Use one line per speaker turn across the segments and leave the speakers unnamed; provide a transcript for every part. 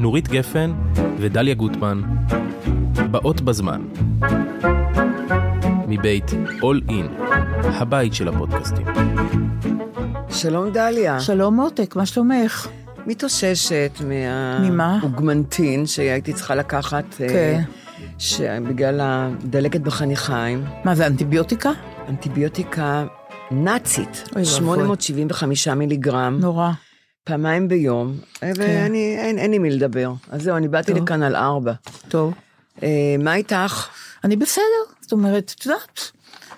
נורית גפן ודליה גוטמן, באות בזמן. מבית All In, הבית של הפודקאסטים.
שלום דליה.
שלום מותק, מה שלומך?
מתאוששת מה...
ממה?
אוגמנטין שהייתי צריכה לקחת. אה,
כן.
שבגלל הדלקת בחניכיים,
מה זה, אנטיביוטיקה?
אנטיביוטיקה נאצית,
ואבוי.
875 מיליגרם,
נורא.
פעמיים ביום, אה, ואני, אין, אין לי מי לדבר. אז זהו, אני באתי
אוקיי. טוב.
לכאן על ארבע.
טוב.
אה, מה איתך?
אני בסדר, זאת אומרת, את יודעת,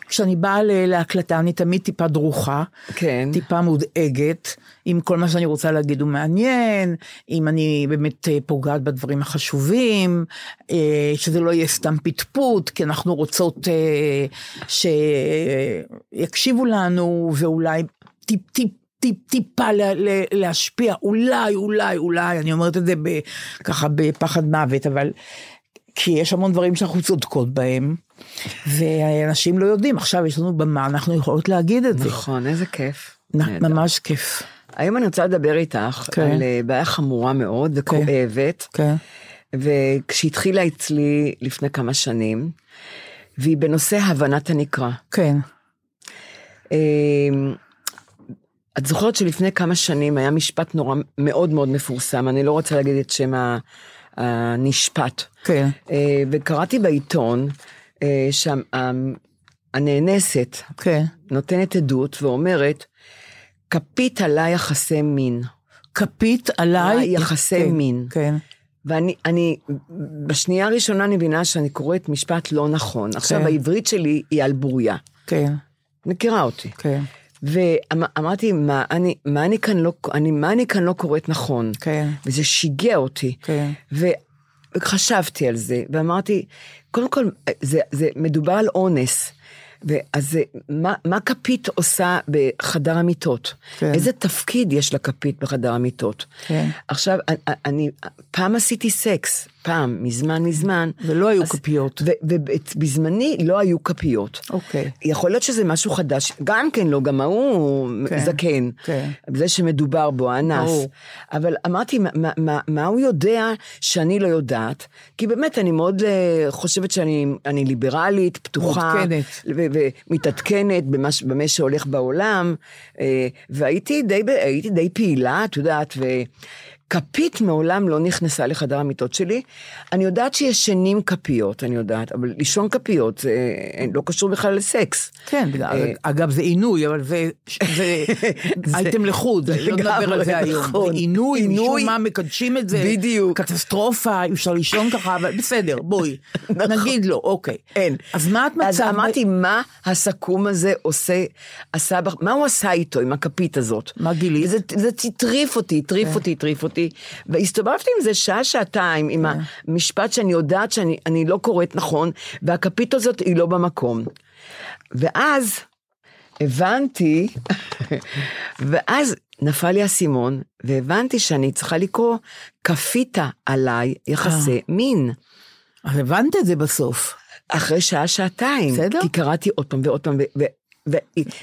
כשאני באה ל- להקלטה אני תמיד טיפה דרוכה,
כן.
טיפה מודאגת, אם כל מה שאני רוצה להגיד הוא מעניין, אם אני באמת אה, פוגעת בדברים החשובים, אה, שזה לא יהיה סתם פטפוט, כי אנחנו רוצות אה, שיקשיבו לנו, ואולי טיפ טיפ. טיפ, טיפה לה, לה, להשפיע, אולי, אולי, אולי, אני אומרת את זה ב, ככה בפחד מוות, אבל כי יש המון דברים שאנחנו צודקות בהם, ואנשים לא יודעים, עכשיו יש לנו במה, אנחנו יכולות להגיד את זה.
נכון, איזה כיף.
נ-
נהדר.
ממש כיף.
היום אני רוצה לדבר איתך
כן.
על אה, בעיה חמורה מאוד וכואבת.
כן.
וכשהתחילה אצלי לפני כמה שנים, והיא בנושא הבנת הנקרא.
כן.
אמ, את זוכרת שלפני כמה שנים היה משפט נורא מאוד מאוד מפורסם, אני לא רוצה להגיד את שם ה- הנשפט,
כן.
אה, וקראתי בעיתון אה, שהנאנסת
כן.
נותנת עדות ואומרת, כפית עליי יחסי מין.
כפית עליי.
אה, יחסי
כן,
מין.
כן.
ואני, אני, בשנייה הראשונה אני מבינה שאני קוראת משפט לא נכון. עכשיו,
כן.
העברית שלי היא על בוריה.
כן.
מכירה אותי.
כן.
ואמרתי, מה אני, מה, אני כאן לא, אני, מה אני כאן לא קוראת נכון?
כן.
וזה שיגע אותי.
כן.
ו- וחשבתי על זה, ואמרתי, קודם כל, זה, זה מדובר על אונס. ואז זה- מה, מה כפית עושה בחדר המיטות?
כן.
כן. איזה תפקיד יש לכפית בחדר המיטות?
כן.
עכשיו, אני, אני פעם עשיתי סקס, פעם, מזמן מזמן.
ולא היו כפיות.
ובזמני לא היו כפיות.
אוקיי.
יכול להיות שזה משהו חדש, גם כן לא, גם ההוא
כן,
זקן.
כן.
זה שמדובר בו, האנס.
ברור.
אבל אמרתי, מה, מה, מה, מה הוא יודע שאני לא יודעת? כי באמת, אני מאוד אה, חושבת שאני אני ליברלית, פתוחה.
מעודכנת.
ו- ומתעדכנת במה, ש- במה שהולך בעולם. אה, והייתי די, ב- הייתי די פעילה, את יודעת, וכפית מעולם לא נכנסה לחדר המיטות שלי. אני יודעת שישנים כפיות, אני יודעת, אבל לישון כפיות זה אה, לא קשור בכלל לסקס. אה,
כן, בגלל- אגב זה עינוי, אבל זה זה אייטם לחוד, לא נדבר על
לגמרי
זה היום.
נכון.
זה עינוי, משום
עינוי.
מה מקדשים את זה.
בדיוק.
קטסטרופה, אי אפשר לישון ככה, אבל בסדר, בואי.
נכון.
נגיד לא, אוקיי.
אין.
אז מה את מצאת?
אז אמרתי, מה הסכו"ם הזה עושה, עשה, בך- מה הוא עשה איתו, עם הכפית הזאת?
מה גילית? אה.
זה, זה הטריף אותי, הטריף אותי, הטריף אותי. והסתובבתי עם זה שעה-שעתיים, עם
אה.
המשפט שאני יודעת שאני אני לא קוראת נכון, והכפית הזאת היא לא במקום. ואז הבנתי, ואז נפל לי האסימון, והבנתי שאני צריכה לקרוא, כפית עליי
אה.
יחסי מין.
אז הבנת את זה בסוף.
אחרי שעה, שעתיים.
בסדר.
כי קראתי עוד פעם ועוד פעם, ו- ו- ו-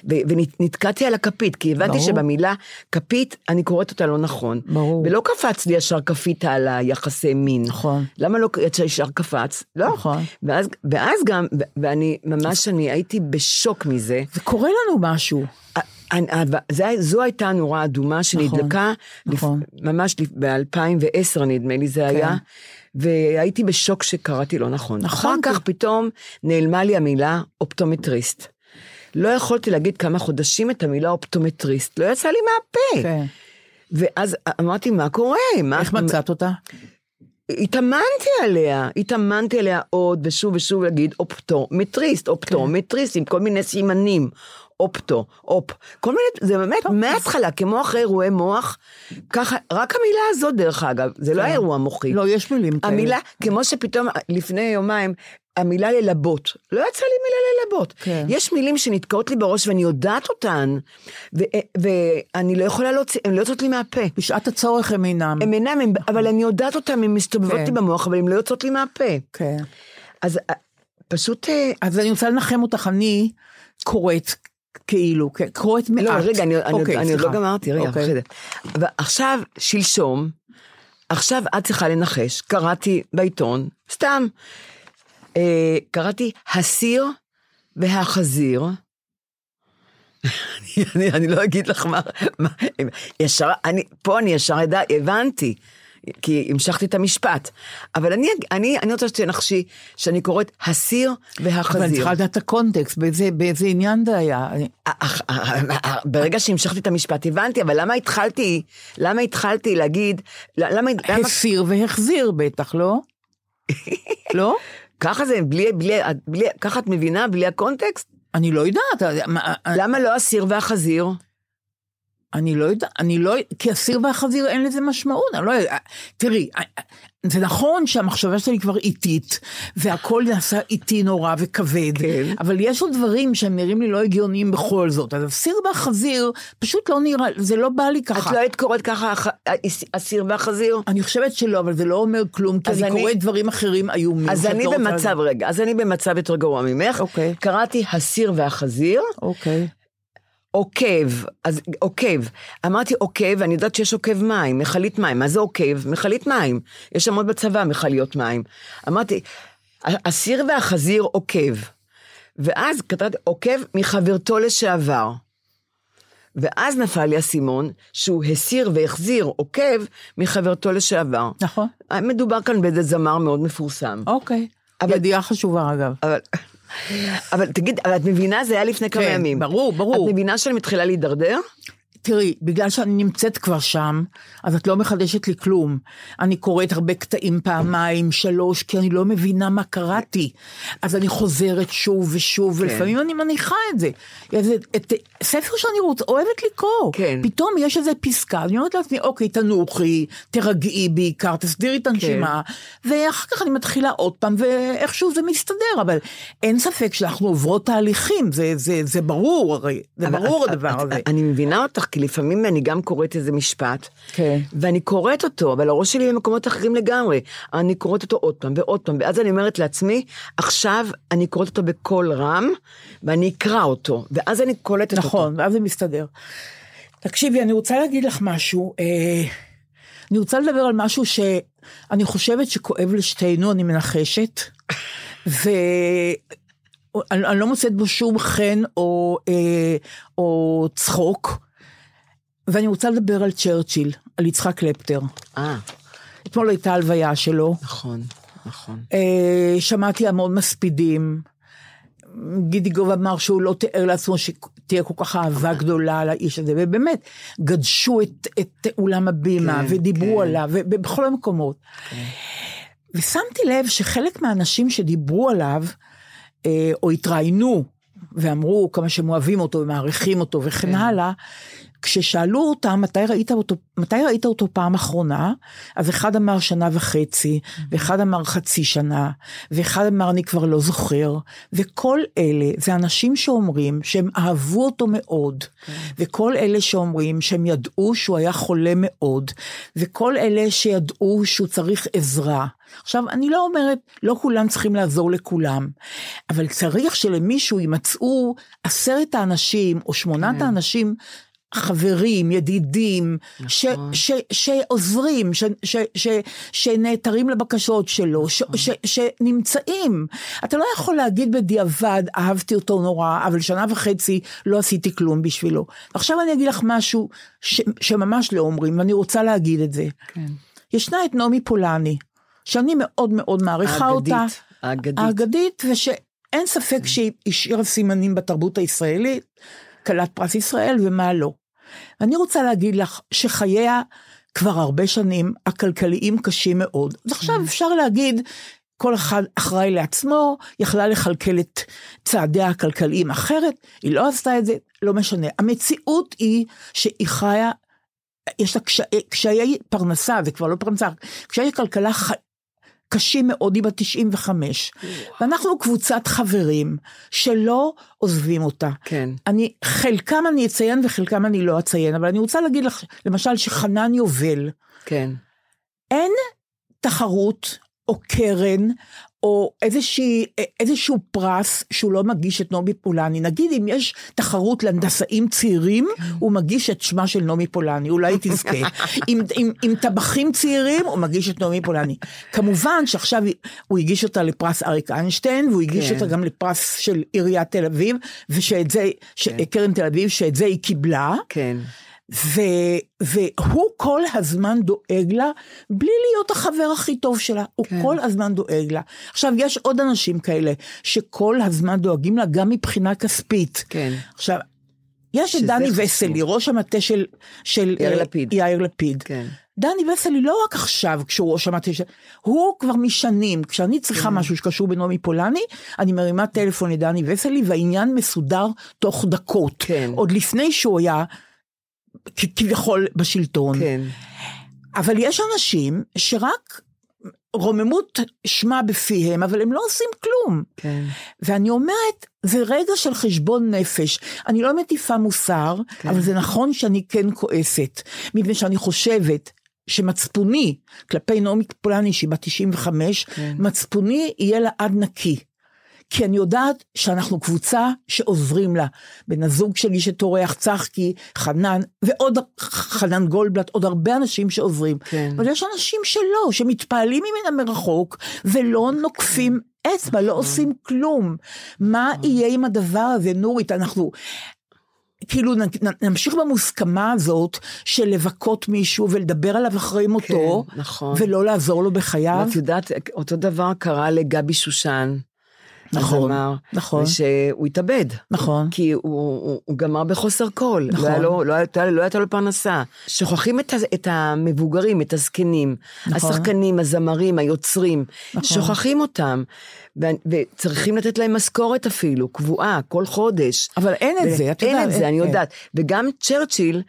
ו- ונתקעתי על הכפית, כי הבנתי
ברור.
שבמילה כפית, אני קוראת אותה לא נכון.
ברור.
ולא קפץ לי ישר כפית על היחסי מין.
נכון.
למה לא יצא ישר קפץ? לא.
נכון.
ואז, ואז גם, ו- ואני ממש, אני הייתי בשוק מזה.
זה קורה לנו משהו.
ה- ה- ה- זה, זו הייתה הנורה האדומה שנדלקה,
נכון.
לפ, ממש ב-2010 נדמה לי זה כן. היה, והייתי בשוק שקראתי לא נכון.
נכון,
אחר כך
כי-
פתאום נעלמה לי המילה אופטומטריסט. לא יכולתי להגיד כמה חודשים את המילה אופטומטריסט, לא יצא לי מהפה.
כן.
ואז אמרתי, מה קורה? מה,
איך מצאת אותה?
התאמנתי עליה, התאמנתי עליה עוד ושוב ושוב להגיד אופטומטריסט,
כן.
אופטומטריסט עם כל מיני סימנים, אופטו, אופ, כל מיני, זה באמת מההתחלה, כמו אחרי אירועי מוח, ככה, רק המילה הזאת דרך אגב, זה לא היה אירוע מוחי.
לא, יש מילים כאלה.
המילה, כמו שפתאום לפני יומיים, המילה ללבות, לא יצא לי מילה ללבות.
כן.
יש מילים שנתקעות לי בראש ואני יודעת אותן, ו- ואני לא יכולה להוציא, הן לא יוצאות לי מהפה.
בשעת הצורך הם אינם.
הם אינם, הם, אבל אני יודעת אותם, הן מסתובבות
כן.
לי במוח, אבל הן לא יוצאות לי מהפה.
כן.
אז אה, פשוט... אה,
אז אני רוצה לנחם אותך, אני קוראת כאילו, כן, קוראת מעט.
לא, רגע, אני, אני,
אוקיי,
אני עוד לא
סליחה.
גמרתי, רגע,
אוקיי.
בסדר. ועכשיו, שלשום, עכשיו את צריכה לנחש, קראתי בעיתון, סתם, אה, קראתי הסיר והחזיר. אני, אני לא אגיד לך מה, מה ישר, אני, פה אני ישר אדע, הבנתי, כי המשכתי את המשפט. אבל אני, אני, אני רוצה שתנחשי שאני קוראת הסיר והחזיר.
אבל אני צריכה לדעת את הקונטקסט, באיזה, באיזה עניין זה היה. אני-
אך- אה, ברגע שהמשכתי את המשפט הבנתי, אבל למה התחלתי, למה התחלתי להגיד, למה, למה
הסיר והחזיר בטח, לא? לא?
ככה זה, בלי, בלי, בלי, ככה את מבינה, בלי הקונטקסט?
אני לא יודעת, אה, מה, אה,
למה לא הסיר והחזיר?
אני לא יודעת, אני לא, כי הסיר והחזיר אין לזה משמעות, אני לא יודעת, תראי, אה, אה, זה נכון שהמחשבה שלי כבר איטית, והכל נעשה איטי נורא וכבד,
כן.
אבל יש עוד דברים שהם נראים לי לא הגיוניים בכל זאת, אז הסיר והחזיר פשוט לא נראה, זה לא בא לי ככה.
את לא היית קוראת ככה הח- הסיר והחזיר?
אני חושבת שלא, אבל זה לא אומר כלום, כי
אז
אני
אני-
קוראת דברים אחרים איומים.
אז
שאת
אני
לא רוצה
במצב,
לדעת.
רגע, אז אני במצב יותר גרוע ממך.
אוקיי.
קראתי הסיר והחזיר,
אוקיי.
עוקב, אז עוקב. אמרתי עוקב, אני יודעת שיש עוקב מים, מכלית מים. מה זה עוקב? מכלית מים. יש שם עוד בצבא מכליות מים. אמרתי, הסיר והחזיר עוקב. ואז כתבתי, עוקב מחברתו לשעבר. ואז נפל לי האסימון שהוא הסיר והחזיר עוקב מחברתו לשעבר.
נכון.
מדובר כאן באיזה זמר מאוד מפורסם.
אוקיי.
אבל-
ידיעה חשובה אגב.
אבל, אבל תגיד, אבל את מבינה, זה היה לפני כמה
כן,
ימים.
ברור, ברור.
את מבינה שאני מתחילה להידרדר?
תראי, בגלל שאני נמצאת כבר שם, אז את לא מחדשת לי כלום. אני קוראת הרבה קטעים פעמיים, שלוש, כי אני לא מבינה מה קראתי. אז אני חוזרת שוב
כן.
ושוב, ולפעמים אני מניחה את זה. איזה, את, ספר שאני רוצ, אוהבת לקרוא.
כן.
פתאום יש איזה פסקה, אני אומרת לעצמי, אוקיי, תנוחי, תרגעי בעיקר, תסדירי
כן.
את הנשימה, ואחר כך אני מתחילה עוד פעם, ואיכשהו זה מסתדר, אבל אין ספק שאנחנו עוברות תהליכים, זה, זה, זה ברור, הרי, זה
אבל
ברור
את-
הדבר
את-
הזה.
אני מבינה אותך, כי לפעמים אני גם קוראת איזה משפט,
כן.
ואני קוראת אותו, אבל הראש שלי במקומות אחרים לגמרי. אני קוראת אותו עוד פעם ועוד פעם, ואז אני אומרת לעצמי, עכשיו אני קוראת אותו בקול רם, ואני אקרא אותו, ואז אני קולטת אותו.
נכון, ואז זה מסתדר. תקשיבי, אני רוצה להגיד לך משהו. אה, אני רוצה לדבר על משהו שאני חושבת שכואב לשתינו, אני מנחשת, ואני אני לא מוצאת בו שום חן או, אה, או צחוק, ואני רוצה לדבר על צ'רצ'יל, על יצחק קלפטר.
אה,
אתמול הייתה הלוויה שלו.
נכון, נכון.
אה, שמעתי המון מספידים. גידי גוב אמר שהוא לא תיאר לעצמו שתהיה כל כך אהבה
אוקיי.
גדולה על האיש הזה, ובאמת, גדשו את, את אולם הבימה,
כן,
ודיברו
כן.
עליו, ובכל המקומות. ושמתי לב שחלק מהאנשים שדיברו עליו, אה, או התראיינו, ואמרו כמה שהם אוהבים אותו ומעריכים אותו וכן הלאה, כששאלו אותם מתי ראית אותו, מתי ראית אותו פעם אחרונה, אז אחד אמר שנה וחצי, ואחד אמר חצי שנה, ואחד אמר אני כבר לא זוכר, וכל אלה זה אנשים שאומרים שהם אהבו אותו מאוד, וכל אלה שאומרים שהם ידעו שהוא היה חולה מאוד, וכל אלה שידעו שהוא צריך עזרה. עכשיו, אני לא אומרת, לא כולם צריכים לעזור לכולם, אבל צריך שלמישהו יימצאו עשרת האנשים או שמונת האנשים, חברים, ידידים, ש, ש, שעוזרים, ש, ש, ש, שנעתרים לבקשות שלו, ש, ש, שנמצאים. אתה לא יכול להגיד בדיעבד, אהבתי אותו נורא, אבל שנה וחצי לא עשיתי כלום בשבילו. עכשיו אני אגיד לך משהו ש, שממש לא אומרים, ואני רוצה להגיד את זה. כן. ישנה את נעמי פולני, שאני מאוד מאוד מעריכה
האגדית,
אותה.
האגדית.
האגדית, ושאין ספק שהיא השאירה סימנים בתרבות הישראלית, כלת פרס ישראל ומה לא. אני רוצה להגיד לך שחייה כבר הרבה שנים, הכלכליים קשים מאוד. אז עכשיו אפשר להגיד, כל אחד אחראי לעצמו, יכלה לכלכל את צעדיה הכלכליים אחרת, היא לא עשתה את זה, לא משנה. המציאות היא שהיא חיה יש לה קשיי, קשיי פרנסה, זה כבר לא פרנסה, קשיי כלכלה ח... קשים מאוד, היא בת 95. ואנחנו קבוצת חברים שלא עוזבים אותה.
כן.
אני, חלקם אני אציין וחלקם אני לא אציין, אבל אני רוצה להגיד לך, למשל, שחנן יובל,
כן,
אין תחרות או קרן, או איזושהי, איזשהו פרס שהוא לא מגיש את נעמי פולני. נגיד אם יש תחרות להנדסאים צעירים, הוא מגיש את שמה של נעמי פולני, אולי היא תזכה. עם, עם, עם טבחים צעירים, הוא מגיש את נעמי פולני. כמובן שעכשיו הוא הגיש אותה לפרס אריק איינשטיין, והוא הגיש כן. אותה גם לפרס של עיריית תל אביב, ושאת זה, ש... כן. קרן תל אביב, שאת זה היא קיבלה.
כן.
ו, והוא כל הזמן דואג לה, בלי להיות החבר הכי טוב שלה, הוא כן. כל הזמן דואג לה. עכשיו, יש עוד אנשים כאלה שכל הזמן דואגים לה, גם מבחינה כספית.
כן.
עכשיו, יש את דני חשוב. וסלי, ראש המטה של, של אה,
יאיר לפיד.
יאיר לפיד.
כן.
דני וסלי לא רק עכשיו כשהוא ראש המטה של... הוא כבר משנים, כשאני
כן.
צריכה משהו שקשור בנעמי פולני, אני מרימה טלפון לדני וסלי והעניין מסודר תוך דקות.
כן.
עוד לפני שהוא היה כביכול בשלטון.
כן.
אבל יש אנשים שרק רוממות שמה בפיהם, אבל הם לא עושים כלום.
כן.
ואני אומרת, זה רגע של חשבון נפש. אני לא מטיפה מוסר, כן. אבל זה נכון שאני כן כועסת, מפני שאני חושבת שמצפוני כלפי נעמי פולני, שהיא בת 95, כן. מצפוני יהיה לה עד נקי. כי אני יודעת שאנחנו קבוצה שעוזרים לה. בן הזוג שלי שטורח, צחקי, חנן, ועוד חנן גולדבלט, עוד הרבה אנשים שעוזרים.
כן.
אבל יש אנשים שלא, שמתפעלים ממנה מרחוק, ולא נוקפים כן. אצבע, לא עושים כלום. מה יהיה עם הדבר הזה, נורית? אנחנו... כאילו נמשיך במוסכמה הזאת של לבכות מישהו ולדבר עליו אחרי מותו,
כן, נכון.
ולא לעזור לו בחייו.
ואת יודעת, אותו דבר קרה לגבי שושן.
נכון,
אמר,
נכון.
שהוא התאבד.
נכון.
כי הוא, הוא, הוא גמר בחוסר כל. נכון. לא הייתה לו, לא היית, לא היית לו פרנסה. שוכחים את, את המבוגרים, את הזקנים, נכון. השחקנים, הזמרים, היוצרים. נכון. שוכחים אותם, ו, וצריכים לתת להם משכורת אפילו, קבועה, כל חודש.
אבל אין את זה, כן. את יודעת.
אין את זה, אני יודעת. וגם צ'רצ'יל,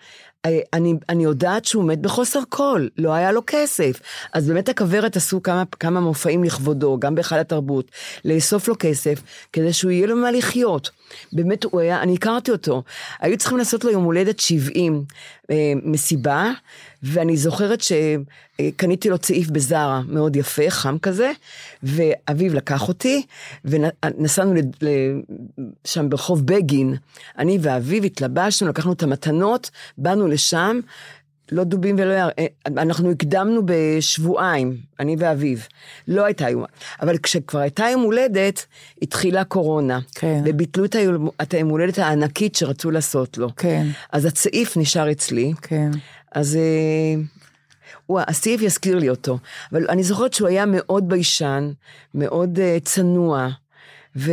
אה, אני, אני יודעת שהוא מת בחוסר כל, לא היה לו כסף. אז באמת הכוורת עשו כמה, כמה מופעים לכבודו, גם בהיכל התרבות, לאסוף לו כסף, כדי שהוא יהיה לו מה לחיות. באמת הוא היה, אני הכרתי אותו. היו צריכים לעשות לו יום הולדת 70 אה, מסיבה, ואני זוכרת שקניתי לו צעיף בזארה, מאוד יפה, חם כזה, ואביו לקח אותי, ונסענו לד... שם ברחוב בגין. אני ואביו התלבשנו, לקחנו את המתנות, באנו לשם, לא דובים ולא יער, אנחנו הקדמנו בשבועיים, אני ואביו. לא הייתה יום, אבל כשכבר הייתה יום הולדת, התחילה הקורונה.
כן.
וביטלו את היום הולדת הענקית שרצו לעשות לו.
כן.
אז הצעיף נשאר אצלי.
כן.
אז... אה, הוא, הסעיף יזכיר לי אותו, אבל אני זוכרת שהוא היה מאוד ביישן, מאוד uh, צנוע, ו...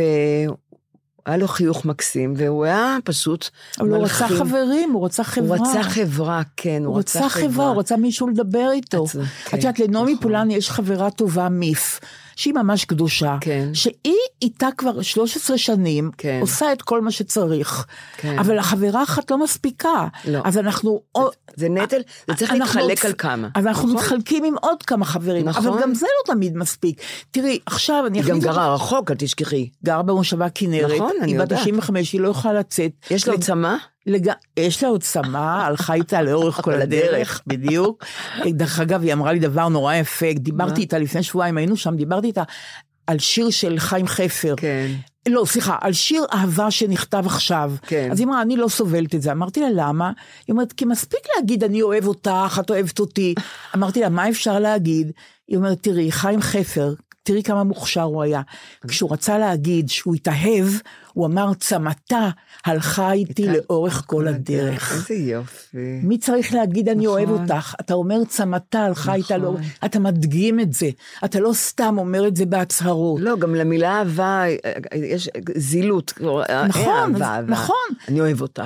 היה לו חיוך מקסים, והוא היה פשוט
אבל מלחין. לא, הוא רצה חברים, הוא רצה חברה.
הוא רצה חברה, כן, הוא,
הוא רצה, רצה חברה. חברה. הוא רצה מישהו לדבר איתו. את כן, יודעת, לנעמי נכון. פולני יש חברה טובה, מיף, שהיא ממש קדושה.
כן.
שהיא איתה כבר 13 שנים,
כן.
עושה את כל מה שצריך.
כן.
אבל החברה אחת לא מספיקה.
לא.
אז אנחנו...
זה, זה
אה,
נטל, זה צריך להתחלק על כמה.
אז אנחנו נכון? מתחלקים עם עוד כמה חברים,
נכון?
אבל גם זה לא תמיד מספיק. תראי, עכשיו אני...
היא גם גרה רחוק, אל תשכחי.
גרה במושבה כנרת.
נכון. נכון, אני יודעת.
היא בת 95, היא לא יכולה לצאת.
יש לה לג... עוצמה?
לג... יש לה עוצמה, הלכה איתה לאורך כל הדרך, בדיוק. דרך אגב, היא אמרה לי דבר נורא יפה, דיברתי איתה לפני שבועיים, היינו שם, דיברתי איתה על שיר של חיים חפר.
כן.
לא, סליחה, על שיר אהבה שנכתב עכשיו.
כן.
אז היא אמרה, אני לא סובלת את זה. אמרתי לה, למה? היא אומרת, כי מספיק להגיד, אני אוהב אותך, את אוהבת אותי. אמרתי לה, מה אפשר להגיד? היא אומרת, תראי, חיים חפר, תראי כמה מוכשר הוא היה. כשהוא רצה להגיד שהוא התאהב, הוא אמר, צמתה הלכה איתי לאורך כל הדרך.
אה,
נכון.
איזה יופי.
מי צריך להגיד, אני אוהב אותך? אתה אומר, צמתה הלכה איתה לאורך, אתה מדגים את זה. אתה לא סתם אומר את זה בהצהרות.
לא, גם למילה אהבה יש זילות.
נכון, נכון.
אני אוהב אותך.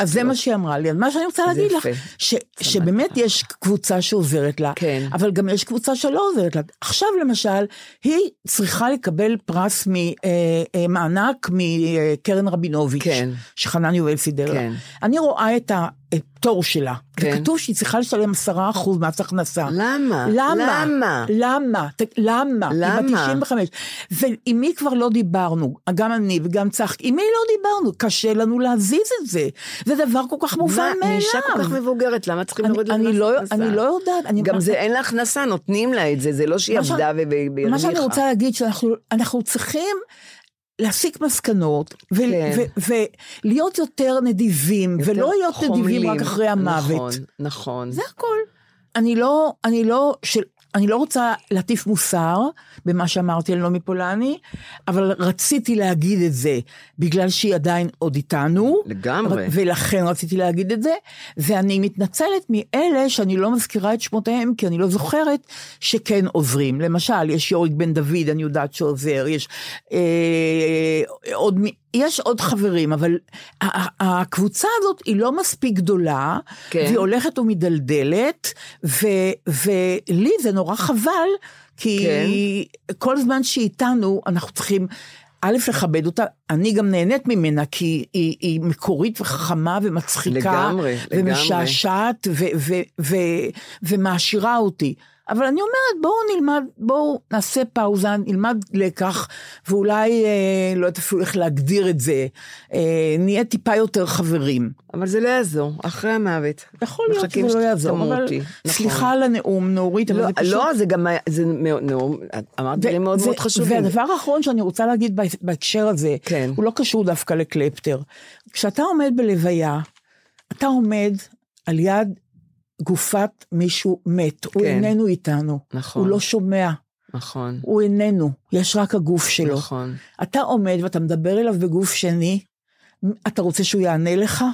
אז זה מה שהיא אמרה לי. מה שאני רוצה להגיד לך, שבאמת יש קבוצה שעוזרת לה,
כן.
אבל גם יש קבוצה שלא עוזרת לה. עכשיו, למשל, היא צריכה לקבל פרס, אה, מענק, מ... קרן רבינוביץ',
כן.
שחנן יובל סידר
כן.
לה. אני רואה את הפטור שלה,
כן.
וכתוב שהיא צריכה לשלם 10% מס הכנסה.
למה?
למה? לא
למה?
למה? ת- למה?
למה?
היא בת 95. ועם מי כבר לא דיברנו, גם אני וגם צחק, עם מי לא דיברנו? קשה לנו להזיז את זה. זה דבר כל כך מובן
מה,
מאליו.
אני אישה כל כך מבוגרת, למה צריכים
אני-
להוריד לה
אני
מס
לא-
הכנסה?
אני לא יודעת. אני-
גם זה אין לה הכנסה, נותנים לה את זה, זה לא שהיא
מה ש-
עבדה ו- ו- והרוויחה.
מה שאני רוצה להגיד, שאנחנו אנחנו צריכים להסיק מסקנות, ו-
כן.
ו- ולהיות יותר נדיבים,
יותר
ולא להיות נדיבים
חומלים.
רק אחרי המוות.
נכון, נכון.
זה הכל. אני לא, אני לא, של, אני לא רוצה להטיף מוסר במה שאמרתי על נעמי פולני, אבל רציתי להגיד את זה, בגלל שהיא עדיין עוד איתנו.
לגמרי.
ר- ולכן רציתי להגיד את זה, ואני מתנצלת מאלה שאני לא מזכירה את שמותיהם, כי אני לא זוכרת שכן עוזרים. למשל, יש יוריק בן דוד, אני יודעת שעוזר, יש אה, עוד, מי- יש עוד חברים, אבל ה- ה- הקבוצה הזאת היא לא מספיק גדולה,
כן.
והיא הולכת ומידלדלת, ו, ולי זה נורא חבל, כי כן. כל זמן שהיא איתנו, אנחנו צריכים... א', לכבד אותה, אני גם נהנית ממנה, כי היא, היא מקורית וחכמה ומצחיקה.
לגמרי, לגמרי.
ומשעשעת ו- ו- ו- ומעשירה אותי. אבל אני אומרת, בואו נלמד, בואו נעשה פאוזה, נלמד לקח, ואולי, אה, לא יודעת אפילו איך להגדיר את זה, אה, נהיה טיפה יותר חברים.
אבל זה לא יעזור, אחרי המוות.
יכול להיות
מחכים
שזה לא
שתטמאו
יעזור, אבל...
אותי. נכון.
סליחה על הנאום, נורית, אבל
לא,
זה פשוט...
לא, זה גם היה, זה מאוד, נו, את אמרת
ו-
דברים מאוד
זה-
מאוד חשובים.
והדבר האחרון שאני רוצה להגיד בה- בהקשר הזה,
כן.
הוא לא קשור דווקא לקלפטר. כשאתה עומד בלוויה, אתה עומד על יד גופת מישהו מת, הוא
כן.
איננו איתנו.
נכון.
הוא לא שומע,
נכון,
הוא איננו, יש רק הגוף שלו.
נכון.
אתה עומד ואתה מדבר אליו בגוף שני, אתה רוצה שהוא יענה לך?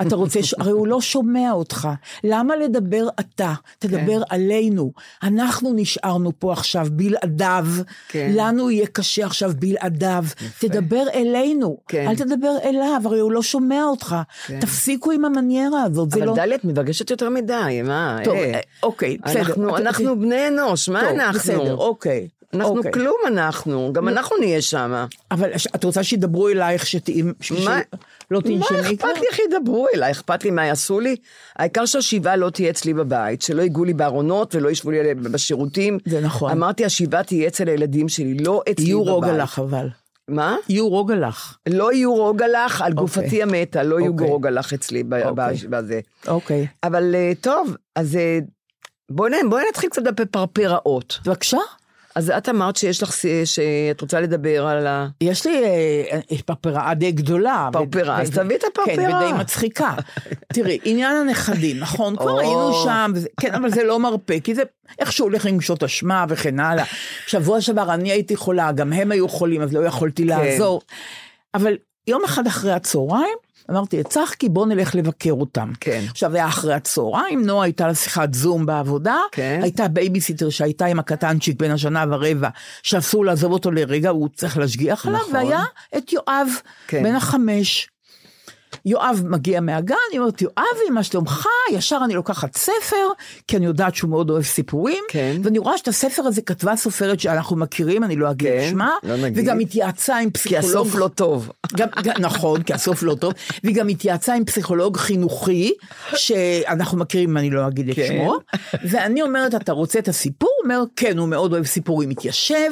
אתה רוצה, ש... הרי הוא לא שומע אותך. למה לדבר אתה? תדבר כן. עלינו. אנחנו נשארנו פה עכשיו בלעדיו,
כן.
לנו יהיה קשה עכשיו בלעדיו.
יפה.
תדבר אלינו,
כן.
אל תדבר אליו, הרי הוא לא שומע אותך.
כן.
תפסיקו עם המניירה הזאת, זה
אבל
לא...
דליה, את מתרגשת יותר מדי, מה?
טוב,
אה,
אה, אוקיי, בסדר.
אנחנו,
אתה-
אנחנו בני אנוש, מה
טוב,
אנחנו?
בסדר, אוקיי.
אנחנו
אוקיי. לא-
כלום אנחנו, גם אנחנו נהיה שמה.
אבל ש- את רוצה שידברו אלייך שתהיים... ש-
מה-
ש- לא תנשמי
מה
כבר?
אכפת לי איך ידברו אליי? אכפת לי מה יעשו לי? העיקר שהשבעה לא תהיה אצלי בבית, שלא ייגעו לי בארונות ולא ישבו לי בשירותים.
זה נכון.
אמרתי, השבעה תהיה אצל הילדים שלי, לא אצלי בבית.
יהיו רוגע לך אבל.
מה?
יהיו רוגע לך.
לא יהיו רוגע לך, על גופתי המתה, לא יהיו
אוקיי.
רוגע לך אצלי ב-
אוקיי.
ב- בזה.
אוקיי.
אבל אה, טוב, אז אה, בואי נ- בואי נתחיל קצת בפרפראות.
בבקשה.
אז את אמרת שיש לך, ס- אה, שאת רוצה לדבר על ה...
יש לי אה, אה, פרפרה די גדולה.
פרפרה,
ו-
אז
ו-
תביא את הפרפרה.
כן, ודי מצחיקה. תראי, עניין הנכדים, נכון? כבר
או.
היינו שם, וזה- כן, אבל זה לא מרפה, כי זה איכשהו הולך עם שעות אשמה וכן הלאה. שבוע שעבר אני הייתי חולה, גם הם היו חולים, אז לא יכולתי
כן.
לעזור. אבל יום אחד אחרי הצהריים, אמרתי לצחקי, בוא נלך לבקר אותם.
כן.
עכשיו היה אחרי הצהריים, נועה הייתה לה שיחת זום בעבודה,
כן.
הייתה בייביסיטר שהייתה עם הקטנצ'יק בן השנה ורבע, שאסור לעזוב אותו לרגע, הוא צריך להשגיח עליו,
נכון.
והיה את יואב,
כן.
בן החמש. יואב מגיע מהגן, היא אומרת, יואבי, מה שלומך? ישר אני לוקחת ספר, כי אני יודעת שהוא מאוד אוהב סיפורים.
כן.
ואני רואה שאת הספר הזה כתבה סופרת שאנחנו מכירים, אני לא אגיד
כן,
את שמה.
לא נגיד.
וגם התייעצה עם
כי
פסיכולוג.
הסוף לא טוב.
גם, גם, נכון, כי הסוף לא טוב, והיא גם התייעצה עם פסיכולוג חינוכי, שאנחנו מכירים, אני לא אגיד את
כן.
שמו, ואני אומרת, אתה רוצה את הסיפור? הוא אומר, כן, הוא מאוד אוהב סיפורים, מתיישב,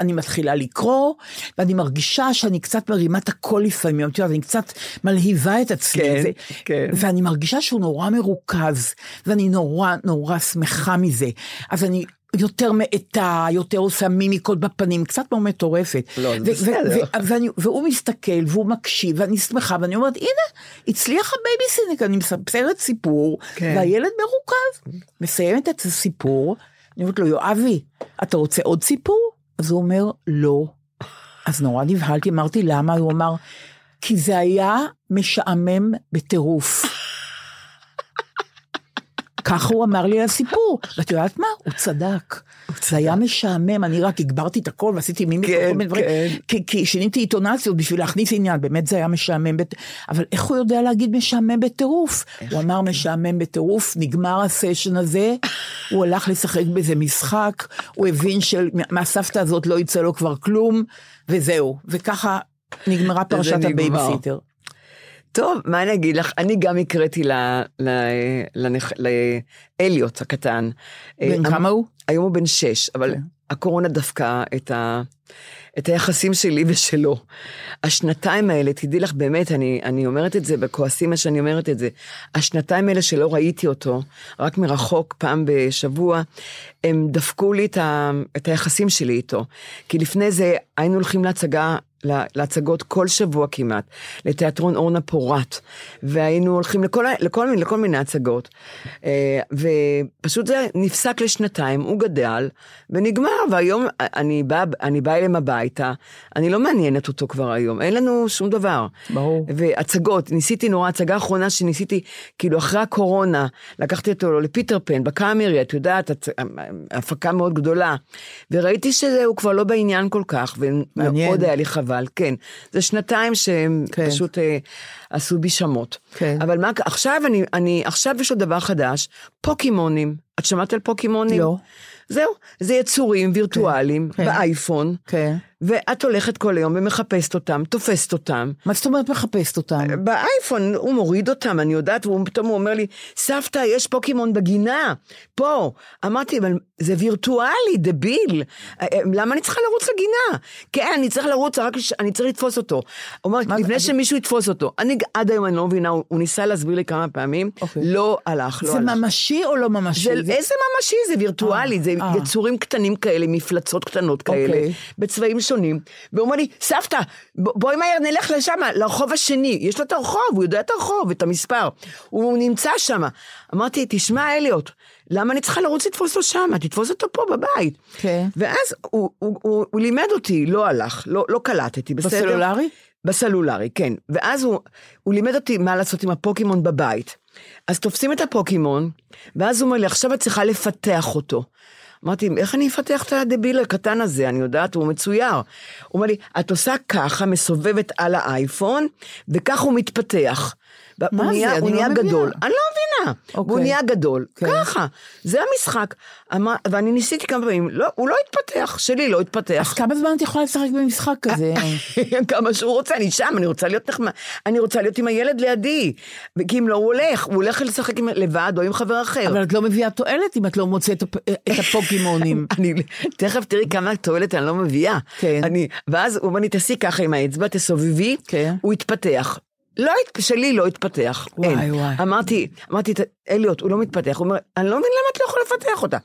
אני מתחילה לקרוא, ואני מרגישה שאני קצת מרימה את הקול לפעמים, את יודעת, אני קצת מלהיבה את עצמי.
כן,
זה,
כן.
ואני מרגישה שהוא נורא מרוכז, ואני נורא נורא שמחה מזה. אז אני... יותר מאטה, יותר עושה מימיקות בפנים, קצת כמו מטורפת.
לא, זה
ו- ו-
בסדר.
ו- ואני, והוא מסתכל והוא מקשיב ואני שמחה ואני אומרת הנה הצליח הבייביסיניק אני מספרת סיפור
כן.
והילד מרוכז מסיימת את הסיפור אני אומרת לו יואבי אתה רוצה עוד סיפור אז הוא אומר לא אז נורא נבהלתי אמרתי למה הוא אמר כי זה היה משעמם בטירוף. ככה הוא אמר לי על הסיפור, ואת יודעת מה? הוא צדק. זה היה משעמם, אני רק הגברתי את הכל ועשיתי מימיקות,
כן,
כל מיני דברים.
כן.
כי, כי שיניתי אינטונציות בשביל להכניס עניין, באמת זה היה משעמם, בט... אבל איך הוא יודע להגיד משעמם בטירוף? הוא אמר
כן.
משעמם בטירוף, נגמר הסשן הזה, הוא הלך לשחק באיזה משחק, הוא הבין שמהסבתא הזאת לא יצא לו כבר כלום, וזהו. וככה נגמרה פרשת
נגמר.
הבייביסיטר.
טוב, מה אני אגיד לך? אני גם הקראתי לאליוט הקטן.
בן
אה,
כמה הוא? אוקיי.
היום הוא בן שש, אבל הקורונה דפקה את, ה... את היחסים שלי ושלו. השנתיים האלה, תדעי לך, באמת, אני, אני אומרת את זה, וכועסים מה שאני אומרת את זה, השנתיים האלה שלא ראיתי אותו, רק מרחוק, פעם בשבוע, הם דפקו לי את, ה... את היחסים שלי איתו. כי לפני זה היינו הולכים להצגה לה- להצגות כל שבוע כמעט, לתיאטרון אורנה פורת, והיינו הולכים לכל, ה- לכל, מיני- לכל מיני הצגות. אה, ופשוט זה נפסק לשנתיים, הוא גדל, ונגמר, והיום א- אני באה אני בא אליהם הביתה, אני לא מעניינת אותו כבר היום, אין לנו שום דבר.
ברור.
והצגות, ניסיתי נורא, הצגה האחרונה שניסיתי, כאילו אחרי הקורונה, לקחתי אותו לפיטר פן, בקאמרי, את יודעת, הצ- הפקה מאוד גדולה, וראיתי שהוא כבר לא בעניין כל כך,
מעניין.
ומאוד היה לי חבל, כן. זה שנתיים שהם
כן.
כן. פשוט אה, עשו בי שמות.
כן.
אבל מה, עכשיו אני, אני, עכשיו יש עוד דבר חדש, פוקימונים. את שמעת על פוקימונים?
לא.
זהו, זה יצורים וירטואליים,
כן.
כן. באייפון,
כן.
ואת הולכת כל היום ומחפשת אותם, תופסת אותם.
מה זאת אומרת מחפשת אותם?
אה, באייפון, הוא מוריד אותם, אני יודעת, והוא פתאום הוא אומר לי, סבתא, יש פוקימון בגינה, פה. אמרתי, אבל זה וירטואלי, דביל. אה, אה, למה אני צריכה לרוץ לגינה? כן, אני צריך לרוץ, רק לש- אני צריך לתפוס אותו. הוא אמר,
מה זה-
לפני
אני-
שמישהו יתפוס אותו. אני עד היום, אני לא מבינה, הוא הוא ניסה להסביר לי כמה פעמים,
אוקיי.
לא הלך, לא
זה
הלך.
ממשי או לא ממשי?
זה,
זה-
איזה ממשי, זה וירטואלי,
אה,
זה
אה.
יצורים קטנים כאלה, מפלצות קטנות כאלה,
אוקיי.
בצבעים שונים. והוא אומר לי, סבתא, ב- בואי מהר נלך לשם, לרחוב השני. יש לו את הרחוב, הוא יודע את הרחוב, את המספר. הוא נמצא שם. אמרתי, תשמע, אליוט, למה אני צריכה לרוץ לתפוס אותו שם? תתפוס אותו פה בבית.
כן.
ואז הוא, הוא, הוא, הוא לימד אותי, לא הלך, לא, לא קלטתי, בסדר?
בסלולרי?
בסלולרי, כן. ואז הוא, הוא לימד אותי מה לעשות עם הפוקימון בבית. אז תופסים את הפוקימון, ואז הוא אומר לי, עכשיו את צריכה לפתח אותו. אמרתי, איך אני אפתח את הדביל הקטן הזה? אני יודעת, הוא מצויר. הוא אומר לי, את עושה ככה, מסובבת על האייפון, וכך הוא מתפתח. הוא
זה?
נהיה-
אני
הוא
לא
נהיה
מבינה.
גדול. אני לא מבינה.
אוקיי.
הוא נהיה גדול.
כן.
ככה. זה המשחק. אמר- ואני ניסיתי כמה פעמים, לא, הוא לא התפתח, שלי לא התפתח.
כמה זמן את יכולה לשחק במשחק כזה?
כמה שהוא רוצה, אני שם, אני רוצה להיות נחמד, אני רוצה להיות עם הילד לידי. כי אם לא, הוא הולך, הוא הולך לשחק עם, לבד או עם חבר אחר.
אבל את לא מביאה תועלת אם את לא מוצאת את הפ- את הפוקימונים.
אני, תכף תראי כמה תועלת אני לא מביאה.
כן.
אני, ואז הוא אומר לי, תעשי ככה עם האצבע, תסובבי,
כן.
הוא התפתח. לא, הת- שלי לא התפתח,
וואי,
אין.
וואי.
אמרתי, אמרתי, "ת- אליוט, הוא לא מתפתח. הוא אומר, אני לא מבין למה את לא יכולה לפתח אותה.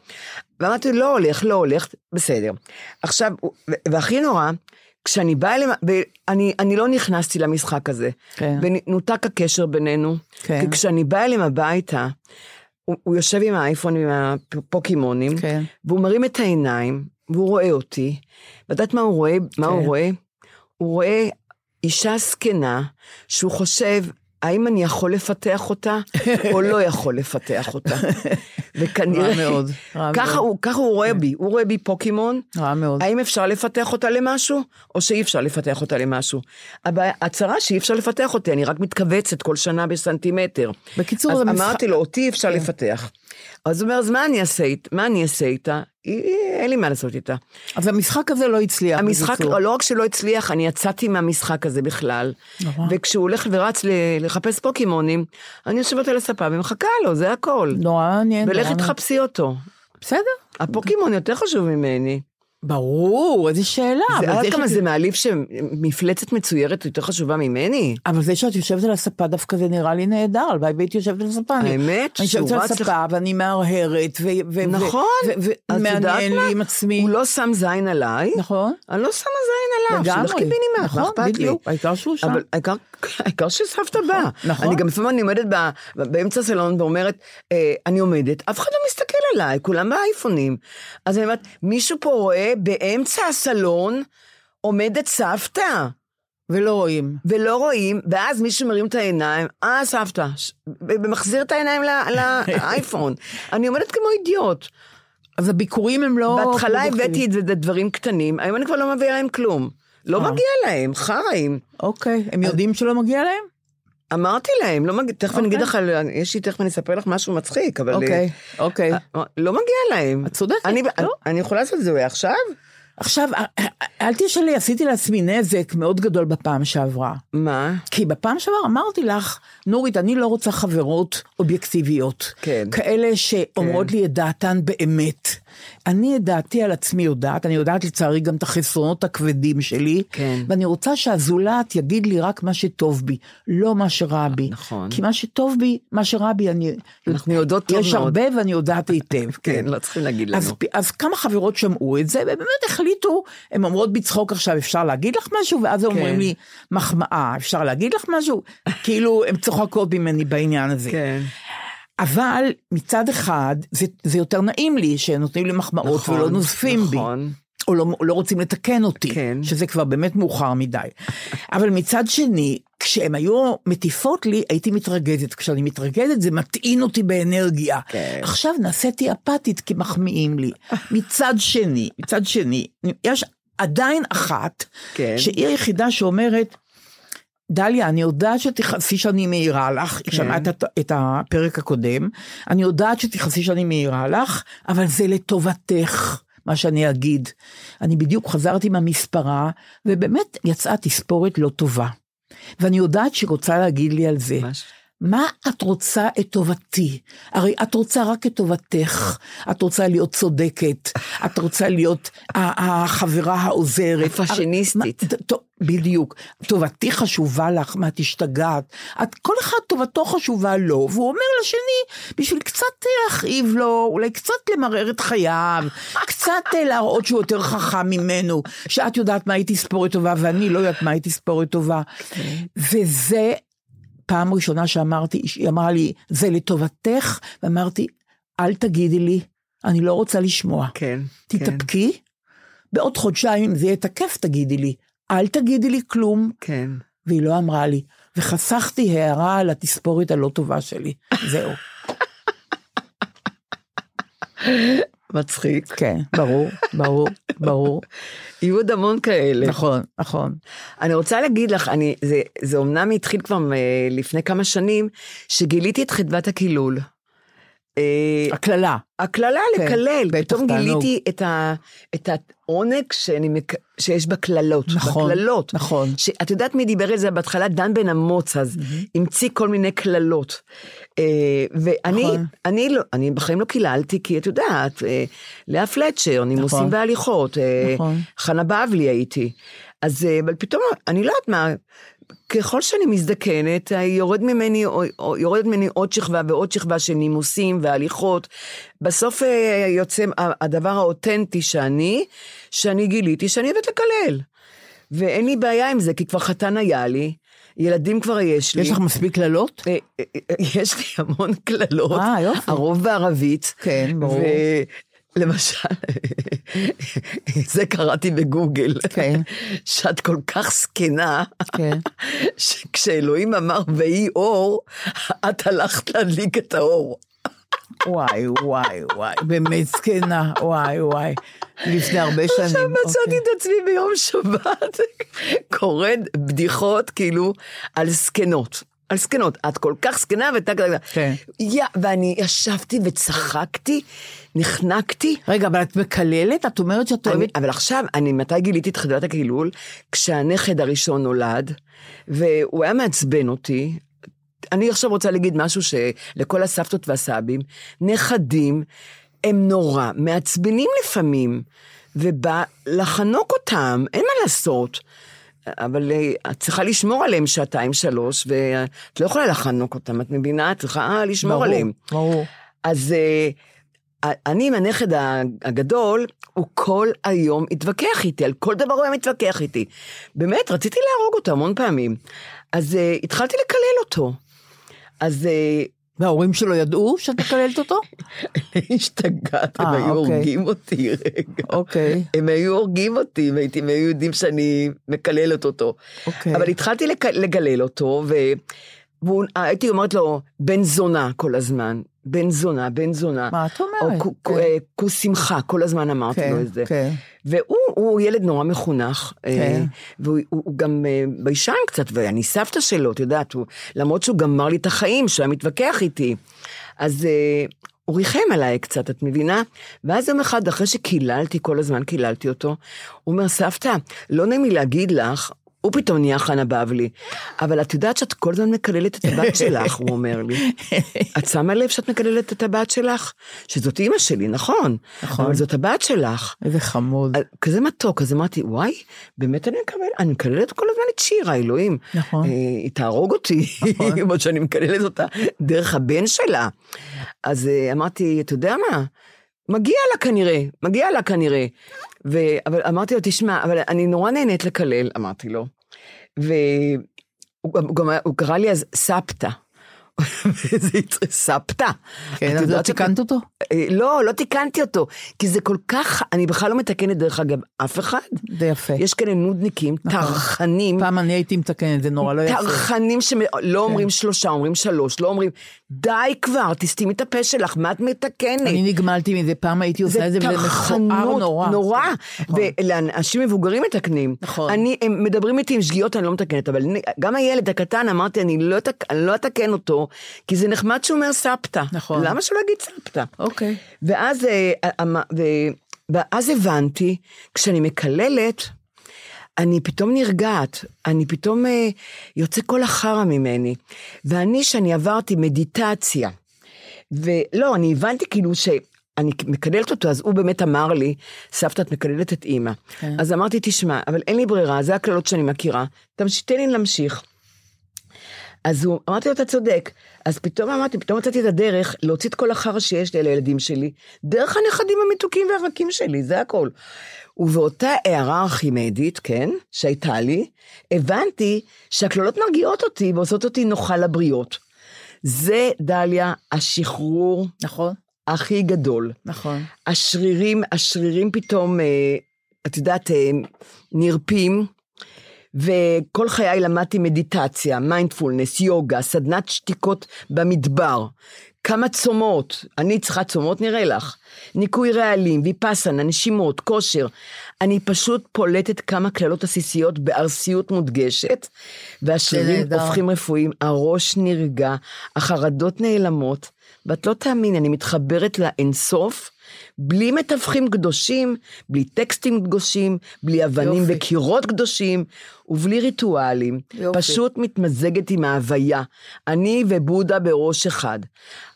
ואמרתי, לא הולך, לא הולך, בסדר. עכשיו, הוא- ו- והכי נורא, כשאני באה אליהם, ואני אני לא נכנסתי למשחק הזה.
כן.
ונותק הקשר בינינו.
כן.
כי כשאני באה אליהם הביתה, הוא, הוא יושב עם האייפון, עם הפוקימונים,
כן.
והוא מרים את העיניים, והוא רואה אותי. ואת יודעת מה הוא רואה? מה
כן.
הוא רואה? הוא רואה אישה זקנה, שהוא חושב, האם אני יכול לפתח אותה, או לא יכול לפתח אותה. וכנראה...
רע מאוד, רע
ככה
מאוד. כן. אה.
הוא, ככה הוא רואה בי, הוא רואה בי פוקימון,
רע מאוד.
האם אפשר לפתח אותה למשהו, או שאי אפשר לפתח אותה למשהו? הבעיה- הצרה שאי אפשר לפתח אותי, אני רק מתכווצת כל שנה בסנטימטר.
בקיצור,
אז
זה משחק-
אמרתי לו, אותי אפשר לפתח. אז הוא אומר, אז מה אני אעשה אית- מה אני אעשה איתה? היא- היא- אין לי מה לעשות איתה.
אז המשחק הזה לא הצליח.
המשחק,
בקיצור.
לא רק שלא הצליח, אני יצאתי מהמשחק הזה בכלל.
נורא.
וכשהוא הולך ורץ ל- לחפש פוקימונים, אני יושבת על הספה ומחכה לו, זה הכל.
נורא מעניין.
ולך
נורא מעניין.
תחפשי אותו.
בסדר.
הפוקימון יותר חשוב ממני.
ברור, איזה שאלה.
זה-
אבל
את
זה
יודעת כמה
שאת-
זה מעליב שמפלצת מצוירת יותר חשובה ממני?
אבל זה שאת יושבת על הספה דווקא זה נראה לי נהדר, הלוואי והייתי יושבת על הספה. אני-
האמת
אני יושבת
שהוא
על
רץ לך-
הספה ואני מהרהרת, ו- ו- ו-
נכון.
ו-
את יודעת
ומעניין
מה?
לי עם עצמי.
הוא לא שם זין עליי,
נכון.
אני לא שמה זין עליו,
לגמרי.
שלך קיבינימט,
נכון,
מה אכפת לי?
בדיוק, העיקר שהוא שם.
אבל העיקר- העיקר שסבתא באה.
נכון.
אני גם לפעמים אני עומדת ב- באמצע הסלון ואומרת, אה, אני עומדת, אף אחד לא מסתכל עליי, כולם באייפונים. אז אני אומרת, מישהו פה רואה באמצע הסלון עומדת סבתא.
ולא רואים.
ולא רואים, ואז מישהו מרים את העיניים, אה, סבתא, ש- ו- ומחזיר את העיניים ל- לאייפון. אני עומדת כמו אידיוט.
אז הביקורים הם לא...
בהתחלה
פרודוקטיביים.
הבאתי את זה לדברים קטנים, היום אני כבר לא מביאה להם כלום. לא
אה.
מגיע להם, חראים.
אוקיי, הם יודעים שלא מגיע להם?
אמרתי להם, לא מגיע, תכף אני אגיד לך,
אוקיי.
על- יש לי, תכף אני אספר לך משהו מצחיק, אבל...
אוקיי,
אה,
אוקיי.
לא מגיע להם.
את צודקת,
אני-
לא?
אני יכולה לעשות את זה אולי עכשיו?
עכשיו, אה, אל תשאלי, עשיתי לעצמי נזק מאוד גדול בפעם שעברה.
מה?
כי בפעם שעברה אמרתי לך, נורית, אני לא רוצה חברות אובייקטיביות.
כן.
כאלה שאומרות כן. לי את דעתן באמת. אני את דעתי על עצמי יודעת, אני יודעת לצערי גם את החסרונות הכבדים שלי.
כן.
ואני רוצה שהזולת יגיד לי רק מה שטוב בי, לא מה שרע בי.
נכון.
כי מה שטוב בי, מה שרע בי, אני...
אנחנו יודעות טוב מאוד.
יש הרבה ואני יודעת היטב.
כן, כן, לא צריכים להגיד לנו.
אז, אז כמה חברות שמעו את זה, ובאמת החליטו, הן אומרות בצחוק עכשיו, אפשר להגיד לך משהו? ואז כן. אומרים לי, מחמאה, אפשר להגיד לך משהו? כאילו, הן צוחקות ממני בעניין הזה.
כן.
אבל מצד אחד, זה, זה יותר נעים לי שנותנים לי מחמאות
נכון,
ולא נוזפים
נכון.
בי. או לא, לא רוצים לתקן אותי,
כן.
שזה כבר באמת מאוחר מדי. אבל מצד שני, כשהן היו מטיפות לי, הייתי מתרגזת. כשאני מתרגזת, זה מטעין אותי באנרגיה.
כן.
עכשיו נעשיתי אפתית כי מחמיאים לי. מצד שני, מצד שני, יש עדיין אחת,
כן.
שהיא היחידה שאומרת, דליה, אני יודעת שתכעסי שאני מעירה לך, היא כן. שמעת את, את הפרק הקודם, אני יודעת שתכעסי שאני מעירה לך, אבל זה לטובתך. מה שאני אגיד. אני בדיוק חזרתי מהמספרה, ובאמת יצאה תספורת לא טובה. ואני יודעת שהיא רוצה להגיד לי על זה.
ממש.
מה את רוצה את טובתי? הרי את רוצה רק את טובתך. את רוצה להיות צודקת, את רוצה להיות החברה העוזרת.
הפאשיניסטית.
הר... מה... בדיוק. טובתי חשובה לך, מה את השתגעת? את, כל אחד טובתו חשובה לו, והוא אומר לשני, בשביל קצת אה, להכאיב לו, אולי קצת למרר את חייו, קצת אה, להראות שהוא יותר חכם ממנו, שאת יודעת מה היא תספורת טובה ואני לא יודעת מה היא תספורת טובה. וזה פעם ראשונה שאמרתי, היא אמרה לי, זה לטובתך, ואמרתי, אל תגידי לי, אני לא רוצה לשמוע.
כן,
תתאפקי, כן. בעוד חודשיים, אם זה יהיה תקף, תגידי לי. אל תגידי לי כלום.
כן.
והיא לא אמרה לי, וחסכתי הערה על התספורת הלא טובה שלי. זהו.
מצחיק.
כן, ברור, ברור, ברור.
יהיו עוד המון כאלה.
נכון, נכון.
אני רוצה להגיד לך, אני, זה, זה אומנם התחיל כבר אה, לפני כמה שנים, שגיליתי את חדוות הקילול. אה,
הקללה.
הקללה, כן, לקלל.
בטח,
פתאום
תענוג.
גיליתי את, ה, את העונג שאני, מק... שיש בקללות.
נכון,
בקללות.
נכון.
ש... את יודעת מי דיבר על זה בהתחלה? דן בן אמוץ אז, המציא כל מיני קללות. אה, ואני
נכון.
אני לא, אני בחיים לא קיללתי, כי את יודעת, אה, לאה פלצ'ר, נימוסים
נכון.
והליכות, אה,
נכון.
חנה בבלי הייתי. אז אה, אבל פתאום, אני לא יודעת מה, ככל שאני מזדקנת, יורד ממני, או- או- יורדת ממני עוד שכבה ועוד שכבה של נימוסים והליכות. בסוף אה, יוצא ה- הדבר האותנטי שאני, שאני גיליתי שאני אוהבת לקלל. ואין לי בעיה עם זה, כי כבר חתן היה לי, ילדים כבר יש לי.
יש לך מספיק קללות?
אה, אה, אה, יש לי המון קללות,
אה, יופי.
הרוב בערבית.
כן, ברור.
ולמשל, זה קראתי בגוגל,
כן.
שאת כל כך זקנה,
כן.
שכשאלוהים אמר ויהי אור, את הלכת להדליק את האור.
וואי, וואי, וואי, באמת זקנה, וואי, וואי. לפני הרבה שנים.
עכשיו מצאתי
אוקיי.
את עצמי ביום שבת קוראת בדיחות כאילו על זקנות. על זקנות, את כל כך זקנה ואתה כזה,
כן.
יא, ואני ישבתי וצחקתי, נחנקתי,
רגע, אבל את מקללת? את אומרת שאת
אני,
אוהבת...
אבל עכשיו, אני מתי גיליתי את חדוות הקילול? כשהנכד הראשון נולד, והוא היה מעצבן אותי. אני עכשיו רוצה להגיד משהו שלכל הסבתות והסבים, נכדים, הם נורא מעצבנים לפעמים, ובא לחנוק אותם, אין מה לעשות. אבל אה, את צריכה לשמור עליהם שעתיים, שלוש, ואת לא יכולה לחנוק אותם, את מבינה? את צריכה אה, לשמור
ברור,
עליהם.
ברור.
אז אה, אני עם הנכד ה- הגדול, הוא כל היום התווכח איתי, על כל דבר הוא היה מתווכח איתי. באמת, רציתי להרוג אותו המון פעמים. אז אה, התחלתי לקלל אותו. אז אה,
וההורים שלו ידעו שאת מקללת אותו?
השתגעת, הם
אה,
היו
אוקיי.
הורגים אותי רגע.
אוקיי,
הם היו הורגים אותי, אם הייתי- אם היו יודעים שאני מקללת אותו.
אוקיי.
אבל התחלתי לק... לגלל אותו, ו... והוא- הייתי אומרת לו, בן זונה כל הזמן. בן זונה, בן זונה.
מה את
או
אומרת?
כו- כו-
כן.
אה, כוס שמחה, כל הזמן אמרתי
כן,
לו את זה.
כן.
והוא הוא ילד נורא מחונך, אה,
כן.
והוא הוא- הוא גם אה, ביישן קצת, ואני סבתא שלו, את יודעת, הוא- למרות שהוא גמר לי את החיים, שהוא היה מתווכח איתי. אז אה, הוא ריחם עליי קצת, את מבינה? ואז יום אחד, אחרי שקיללתי, כל הזמן קיללתי אותו, הוא אומר, סבתא, לא נעים לי להגיד לך, הוא פתאום נהיה חנה בבלי. אבל את יודעת שאת כל הזמן מקללת את הבת שלך, הוא אומר לי. את שמה לב שאת מקללת את הבת שלך? שזאת אימא שלי, נכון. נכון. אבל זאת הבת שלך.
איזה חמוד.
כזה מתוק, אז אמרתי, וואי, באמת אני מקבל, אני מקללת כל הזמן את שירה, אלוהים.
נכון.
אה, היא תהרוג אותי, נכון. עוד שאני מקללת אותה דרך הבן שלה. אז אה, אמרתי, אתה יודע מה? מגיע לה כנראה, מגיע לה כנראה. ו... אבל אמרתי לו, תשמע, אבל אני נורא נהנית לקלל, אמרתי לו. והוא גם, גם, הוא קרא לי אז סבתא. איזה יצרי, סבתא.
כן, אז לא תיקנת אותו?
לא, לא תיקנתי אותו, כי זה כל כך, אני בכלל לא מתקנת דרך אגב אף אחד.
זה יפה. נכון.
יש כאלה נודניקים, טרחנים.
פעם אני הייתי מתקנת, זה נורא לא יפה. כן.
טרחנים שלא אומרים שלושה, אומרים שלוש, לא אומרים, די כבר, תסתימי את הפה שלך, מה את מתקנת?
אני נגמלתי מזה, פעם הייתי עושה את זה, וזה מכוער נורא.
נורא, ולאנשים מבוגרים מתקנים.
נכון.
הם מדברים איתי עם שגיאות, אני לא מתקנת, אבל גם הילד הקטן, אמרתי, אני לא אתקן אותו, כי זה נחמד שהוא אומר סבתא.
נכון.
למה שלא יגיד סבתא?
אוקיי. Okay.
ואז, אה, אמ, ו, ואז הבנתי, כשאני מקללת, אני פתאום נרגעת, אני פתאום אה, יוצא כל החרא ממני. ואני, שאני עברתי מדיטציה, ולא, אני הבנתי כאילו ש... אני מקללת אותו, אז הוא באמת אמר לי, סבתא, את מקללת את אימא. כן. Okay. אז אמרתי, תשמע, אבל אין לי ברירה, זה הקללות שאני מכירה, תן לי להמשיך. אז הוא, אמרתי לו, אתה צודק. אז פתאום אמרתי, פתאום מצאתי את הדרך להוציא את כל החרא שיש לי על הילדים שלי, דרך הנכדים המתוקים והרכים שלי, זה הכל. ובאותה הערה ארכימדית, כן, שהייתה לי, הבנתי שהקללות מרגיעות אותי ועושות אותי נוחה לבריות. זה, דליה, השחרור.
נכון.
הכי גדול.
נכון.
השרירים, השרירים פתאום, אה, את יודעת, אה, נרפים. וכל חיי למדתי מדיטציה, מיינדפולנס, יוגה, סדנת שתיקות במדבר. כמה צומות, אני צריכה צומות נראה לך. ניקוי רעלים, ויפאסנה, נשימות, כושר. אני פשוט פולטת כמה קללות עסיסיות בארסיות מודגשת, והשרירים הופכים רפואיים, הראש נרגע, החרדות נעלמות, ואת לא תאמיני, אני מתחברת לאינסוף. בלי מתווכים קדושים, בלי טקסטים קדושים, בלי אבנים יופי. וקירות קדושים, ובלי ריטואלים. יופי. פשוט מתמזגת עם ההוויה. אני ובודה בראש אחד.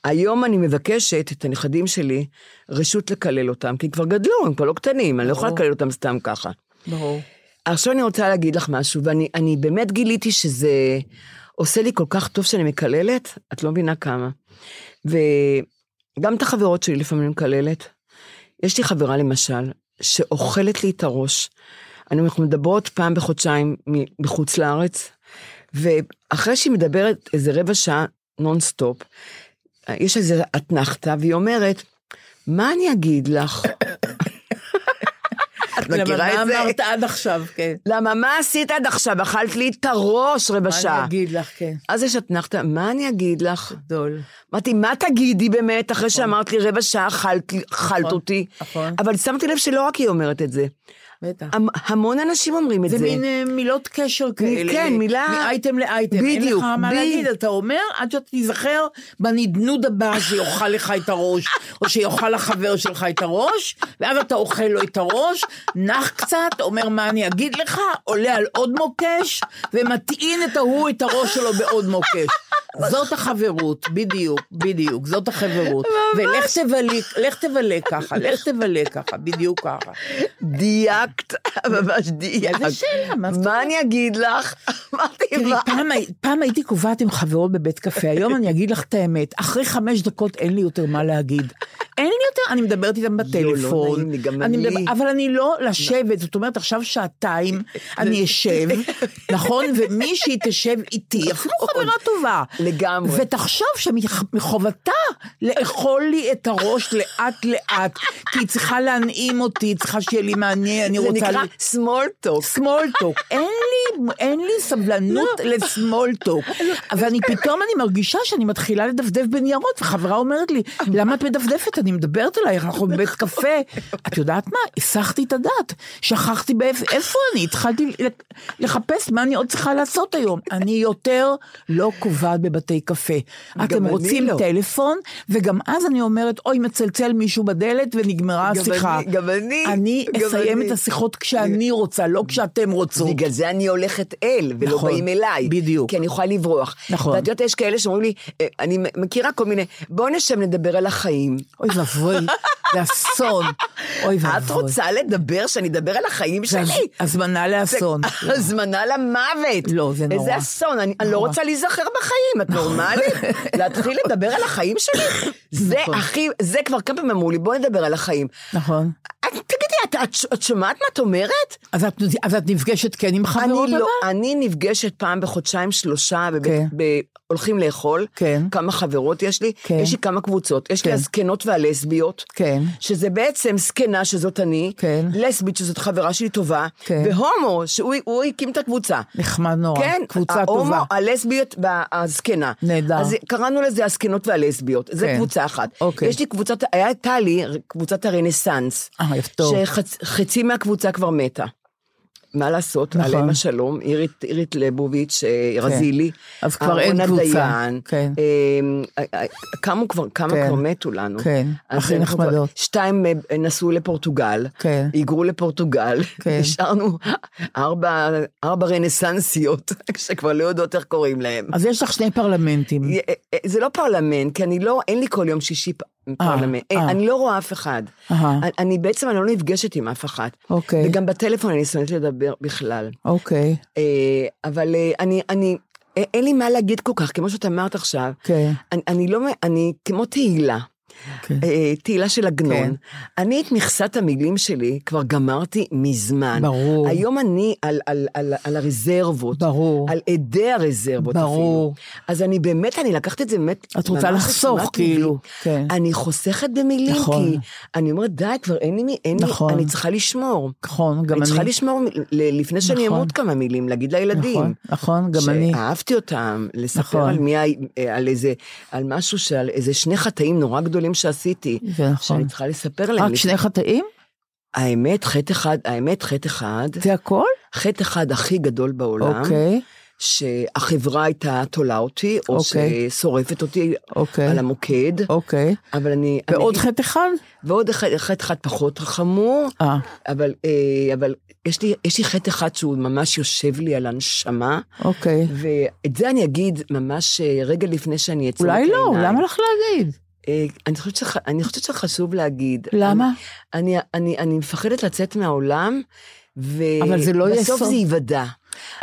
היום אני מבקשת את הנכדים שלי רשות לקלל אותם, כי הם כבר גדלו, הם כבר לא קטנים, אני לא יכולה לקלל אותם סתם ככה.
ברור.
עכשיו אני רוצה להגיד לך משהו, ואני באמת גיליתי שזה עושה לי כל כך טוב שאני מקללת, את לא מבינה כמה. ו... גם את החברות שלי לפעמים מקללת. יש לי חברה למשל, שאוכלת לי את הראש. אנחנו מדברות פעם בחודשיים מחוץ לארץ, ואחרי שהיא מדברת איזה רבע שעה נונסטופ, יש איזה אתנחתה, והיא אומרת, מה אני אגיד לך? את מכירה את זה?
למה אמרת עד עכשיו, כן.
למה, מה עשית עד עכשיו? אכלת לי את הראש רבע שעה.
מה אני אגיד לך, כן.
אז יש אתנחתא, מה אני אגיד לך?
גדול.
אמרתי, מה תגידי באמת, אחרי שאמרת לי רבע שעה אכלת אותי?
נכון.
אבל שמתי לב שלא רק היא אומרת את זה.
בטח.
המון אנשים אומרים את זה.
זה מין אה, מילות קשר כאלה.
כן, מילה...
מאייטם לאייטם. בדיוק. אין לך מה להגיד, אתה אומר עד שאתה תיזכר בנדנוד הבא שיאכל לך את הראש, או שיאכל החבר שלך את הראש, ואז אתה אוכל לו את הראש, נח קצת, אומר מה אני אגיד לך, עולה על עוד מוקש, ומטעין את ההוא את הראש שלו בעוד מוקש. זאת החברות, בדיוק, בדיוק, זאת החברות. ולך תבלה, לך תבלה ככה, לך תבלה ככה, בדיוק ככה.
דייקת, ממש דייקת.
איזה שאלה, מה
מה אני אגיד לך? אמרתי, מה?
פעם הייתי קובעת עם חברות בבית קפה, היום אני אגיד לך את האמת, אחרי חמש דקות אין לי יותר מה להגיד. אין לי יותר, אני מדברת איתם
לא,
בטלפון. אבל אני לא לשבת, זאת אומרת, עכשיו שעתיים אני אשב, נכון? ומישהי תשב איתי, אפילו חברה טובה.
נכון. לגמרי.
ותחשוב שמחובתה לאכול לי את הראש לאט לאט, כי היא צריכה להנעים אותי, היא צריכה שיהיה לי מעניין, אני רוצה...
זה נקרא small talk.
small talk. אין לי, אין לי סבלנות
לא.
ל-small talk. ואני פתאום, אני מרגישה שאני מתחילה לדפדף בניירות, וחברה אומרת לי, למה את מדפדפת? אני מדברת אלייך, אנחנו בבית
נכון.
קפה. את יודעת מה? הסחתי את הדעת. שכחתי איפה אני, התחלתי לחפש מה אני עוד צריכה לעשות היום. אני יותר לא קובעת לבתי קפה. אתם
אני
רוצים
לא.
טלפון, וגם אז אני אומרת, אוי, מצלצל מישהו בדלת ונגמרה
גם
השיחה.
אני- גם אני,
אני
גם
אסיים
אני.
את השיחות כשאני רוצה, לא כשאתם רוצות.
בגלל זה אני הולכת אל, ולא
נכון,
באים אליי.
בדיוק.
כי אני יכולה לברוח.
נכון.
ואת יודעת, יש כאלה שאומרים לי, אה, אני מכירה כל מיני, בוא נשב נדבר על החיים.
אוי ואבוי, זה אסון. אוי ואבוי.
את רוצה לדבר, שאני אדבר על החיים
נכון. זה
שלי?
הזמנה
זה
לאסון.
הזמנה למוות.
לא, זה נורא.
איזה אסון, אני אני לא
נורא.
רוצה להיזכר בחיים, את נורמלית? להתחיל לדבר על החיים שלי? זה
נכון.
הכי, זה כבר כמה פעמים אמרו לי, בוא נדבר על החיים.
נכון.
את- תגידי, את- את- את שומעת מה את אומרת?
אז את, אז את נפגשת כן עם חברות
אני
אבל?
לא, אני נפגשת פעם בחודשיים שלושה, בבית,
כן.
ב, הולכים לאכול,
כן.
כמה חברות יש לי,
כן.
יש לי כמה קבוצות, יש לי
כן.
הזקנות והלסביות,
כן.
שזה בעצם זקנה שזאת אני,
כן.
לסבית שזאת חברה שלי טובה,
כן.
והומו שהוא הוא הקים את הקבוצה.
נחמד נורא.
כן,
קבוצה
ההומו,
טובה.
הלסביות והזקנה.
נהדר.
אז קראנו לזה הזקנות והלסביות, זו
כן.
קבוצה אחת.
אוקיי.
יש לי קבוצת, הייתה לי קבוצת הרנסאנס.
אה, טוב.
שחצי מהקבוצה כבר מתה. מה לעשות,
נכון. כן.
עליהם השלום, אירית, אירית לבוביץ', אה, רזילי,
אז כבר אין
אהרונה
קבוצה.
דיין,
כן.
אה, אה, אה, כמה כבר, כמה
כן.
כבר מתו לנו.
כן,
אז
הכי
אין כבר-
נחמדות.
שתיים אה, נסעו לפורטוגל,
כן.
היגרו לפורטוגל,
כן.
השארנו ארבע, ארבע רנסנסיות, שכבר לא יודעות איך קוראים להם.
אז יש לך שני פרלמנטים.
אה, אה, זה לא פרלמנט, כי אני לא, אין לי כל יום שישי פ- פרלמנט. אין,
אה.
אני לא רואה אף אחד.
אהה.
אני- אני בעצם, אני לא נפגשת עם אף אחת.
אוקיי.
וגם בטלפון אני שונאת לדבר בכלל.
אוקיי.
אה, אבל אה, אני, אני, אה, אין לי מה להגיד כל כך, כמו שאת אמרת עכשיו.
כן.
אני, אני לא, מ- אני כמו תהילה.
כן.
אה, תהילה של עגנון.
כן.
אני את מכסת המילים שלי כבר גמרתי מזמן.
ברור.
היום אני על, על, על, על הרזרבות.
ברור.
על עדי הרזרבות אפילו.
ברור.
אז אני באמת, אני לקחת את זה באמת,
את רוצה
ממש
לחסוך,
לתשומת
כאילו,
ליבי.
כן.
אני חוסכת במילים,
נכון.
כי אני אומרת, די, כבר אין לי מי, אין
נכון.
לי, אני צריכה לשמור.
נכון, גם
אני צריכה
אני.
לשמור מ- ל- לפני שאני
נכון.
אמות כמה מילים, להגיד לילדים.
נכון, נכון, גם אני.
שאהבתי אותם, לספר
נכון.
על מי, הי- אה, על איזה, על משהו, ש- על איזה שני חטאים נורא גדולים שעשיתי.
זה נכון.
שאני צריכה לספר להם.
רק שני חטאים?
האמת, חטא אחד, האמת, חטא אחד,
זה הכל?
חטא אחד הכי גדול בעולם.
אוקיי,
שהחברה הייתה תולה אותי, או
אוקיי.
ששורפת אותי
אוקיי.
על המוקד.
אוקיי.
אבל אני...
ועוד
אני,
חטא אחד?
ועוד אחד, אחד, אחד פחות חמור,
אה,
אבל, אה, אבל יש, לי, יש לי חטא אחד שהוא ממש יושב לי על הנשמה,
אוקיי.
ואת זה אני אגיד ממש אה, רגע לפני שאני אצא
אולי לא, למה לך להגיד?
אה, אני חושבת, שח, אני חושבת שחשוב להגיד.
למה?
אני, אני, אני, אני מפחדת לצאת מהעולם,
אבל זה לא יהיה
ובסוף
סוף.
זה ייוודע.
אבל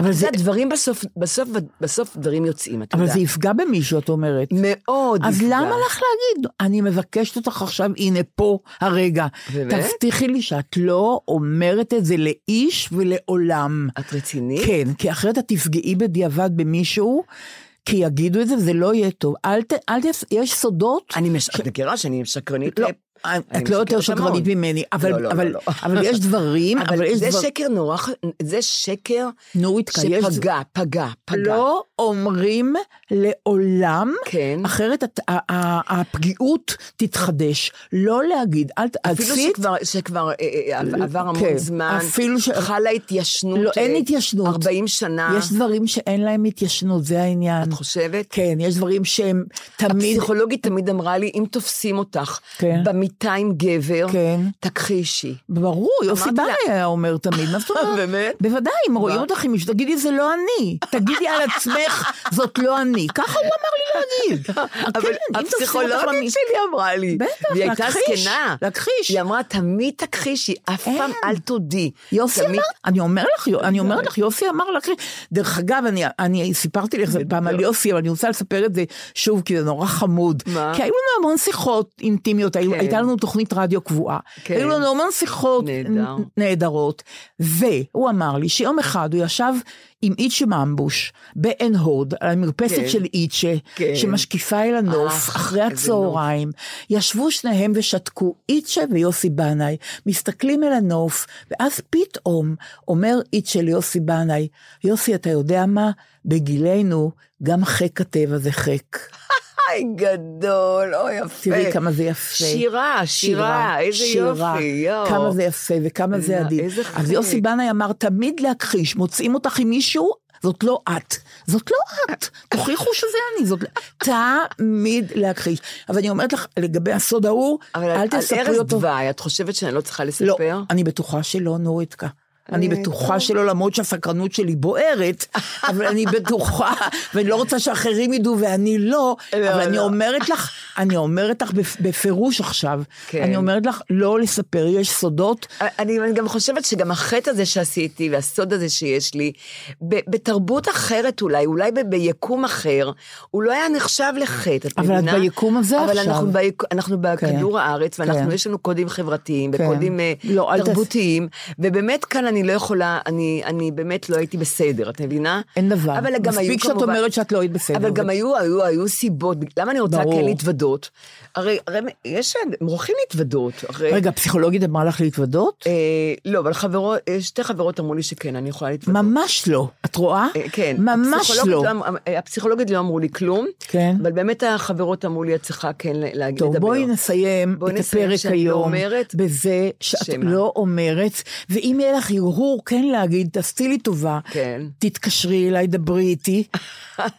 אבל
זה-
זה... דברים בסוף, בסוף, בסוף דברים יוצאים, אתה
אבל
יודע.
זה יפגע במישהו, את אומרת.
מאוד
אז
יפגע.
למה לך להגיד? אני מבקשת אותך עכשיו, הנה פה הרגע.
באמת?
תבטיחי לי שאת לא אומרת את זה לאיש ולעולם.
את רצינית?
כן, כי אחרת את תפגעי בדיעבד במישהו, כי יגידו את זה וזה לא יהיה טוב. אל ת... אל ת... יש סודות.
אני מש... את מכירה שאני שקרנית? אה,
לא,
אני
את לא יותר
משקרת המון.
שקרנית ממני, אבל,
לא, לא,
אבל,
לא, לא.
אבל יש דברים, אבל,
אבל
יש
זה
דבר...
שקר נורא, ח- זה שקר
נו, רבקה, יש-
שפגע, פגע, פגע.
לא אומרים לעולם,
כן.
אחרת הת- ה- ה- הפגיעות תתחדש. לא להגיד, אל ת- אל
אפילו
תפסיק.
שכבר, שכבר אה, אה,
לא,
עבר המון
כן.
זמן,
אפילו ש-
חלה התיישנות.
לא, אין
אה,
התיישנות.
40 שנה.
יש דברים שאין להם התיישנות, זה העניין.
את חושבת?
כן, יש דברים שהם תמיד...
הפסיכולוגית תמיד אמרה לי, אם תופסים אותך
כן.
במיטה עם גבר,
כן.
תכחישי.
ברור, יוסי
אמרתי
ברי
לה-
היה אומר תמיד, מה זאת אומרת?
באמת?
בוודאי, אם רואים
מה?
אותך עם מישהו, תגידי, זה לא אני. תגידי על עצמך, זאת לא אני. ככה הוא אמר לי להגיד. כן,
אבל
אם תופסים אותך במי-
הפסיכולוגית שלי אמרה לי.
בטח,
והיא הייתה
להכחיש,
זקנה.
להכחיש.
היא אמרה, תמיד תכחישי, אף
אין.
פעם אל תודי.
יוסי
תמיד-
אמר, אני אומר לך, יו- אני אומרת לך, יוסי אמר לך, דרך אגב, אני, אני סיפרתי לך זה פעם על יוסי, אבל אני רוצה לספר את זה שוב, כי זה נורא חמוד.
מה?
כי היו לנו המון שיחות אינטימיות, היו,
כן.
הייתה לנו תוכנית רדיו קבועה.
כן.
היו לנו המון שיחות
נהדר.
נ- נהדרות, והוא אמר לי שיום אחד הוא ישב עם איצ'ה מאמבוש בעין הוד, על המרפסת
כן.
של איצ'ה,
כן.
שמשקיפה אל הנוף,
אך,
אחרי
אה, איזה נוף.
הצהריים. המים, ישבו שניהם ושתקו, איצ'ה ויוסי בנאי, מסתכלים אל הנוף, ואז פתאום אומר איצ'ה ליוסי בנאי, יוסי, אתה יודע מה? בגילנו גם חיק הטבע זה חיק.
היי, גדול, אוי, יפה.
תראי כמה זה יפה.
שירה, שירה, איזה
שירה,
יופי, יואו.
כמה זה יפה וכמה זה
איזה-
עדין.
איזה
אז יוסי
חיק.
בנאי אמר, תמיד להכחיש, מוצאים אותך עם מישהו, זאת לא את. זאת לא את. תוכיחו שזה אני. זאת לא-" תמיד להכחיש. אבל אני אומרת לך, לגבי הסוד ההוא, אל תספרי אותו.
אבל על ארז דווי, את חושבת שאני לא צריכה לספר?
לא, אני בטוחה שלא, נורית אני בטוחה שלא, למרות שהסקרנות שלי בוערת, אבל אני בטוחה, ואני לא רוצה שאחרים ידעו ואני לא, אבל אני אומרת לך, אני אומרת לך בפירוש עכשיו, אני אומרת לך, לא לספר, יש סודות.
אני גם חושבת שגם החטא הזה שעשיתי, והסוד הזה שיש לי, בתרבות אחרת אולי, אולי ביקום אחר, הוא לא היה נחשב לחטא, את
מבינה? אבל את ביקום הזה כן.
עכשיו. אבל אנחנו בכדור הארץ, ואנחנו, יש לנו קודים חברתיים, וקודים אה,
לא,
תרבותיים, ובאמת כאן אני... אני לא יכולה, אני, אני באמת לא הייתי בסדר, את מבינה?
אין דבר. אבל גם מספיק היו שאת כמובן, אומרת שאת לא היית בסדר.
אבל גם היו, היו, היו סיבות, למה אני רוצה ברור. כן להתוודות? הרי, הרי יש, הם הולכים להתוודות. הרי...
רגע, פסיכולוגית אמרה לך להתוודות?
אה, לא, אבל חברות, שתי חברות אמרו לי שכן, אני יכולה להתוודות.
ממש לא, את רואה?
אה, כן.
ממש לא.
לא. הפסיכולוגית לא אמרו לי כלום,
כן.
אבל באמת החברות אמרו לי, את צריכה כן להגיד,
טוב, לדבר. בואי נסיים בואי את הפרק היום, אומרת, בזה שאת שמה. לא אומרת, ואם יהיה לך הרהור כן להגיד, תעשי לי טובה,
כן.
תתקשרי אליי, דברי איתי.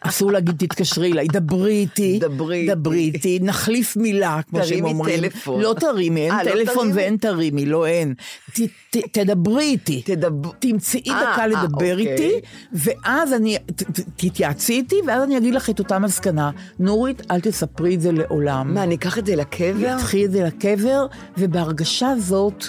אסור להגיד תתקשרי אליי, דברי איתי,
דברי,
דברי איתי, נחליף מילה, כמו שהם אומרים.
תרימי טלפון.
לא תרימי, אין 아, טלפון לא ואין תרימי, לא אין. ת, ת, תדברי איתי,
תדבר...
תמצאי 아, דקה לדבר אוקיי. איתי, ואז אני, ת, תתייעצי איתי, ואז אני אגיד לך את אותה מסקנה. נורית, אל תספרי את זה לעולם.
מה, אני אקח את זה לקבר?
תקחי את זה לקבר, ובהרגשה זאת...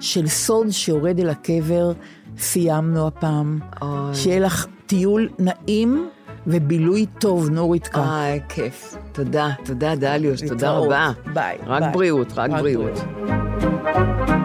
של סוד שיורד אל הקבר, סיימנו הפעם.
אוי.
שיהיה לך טיול נעים ובילוי טוב, נורית כאן.
אוי, כיף. תודה, תודה דליוש, תודה רבה.
ביי.
רק
ביי.
בריאות, רק, רק בריאות. בריאות.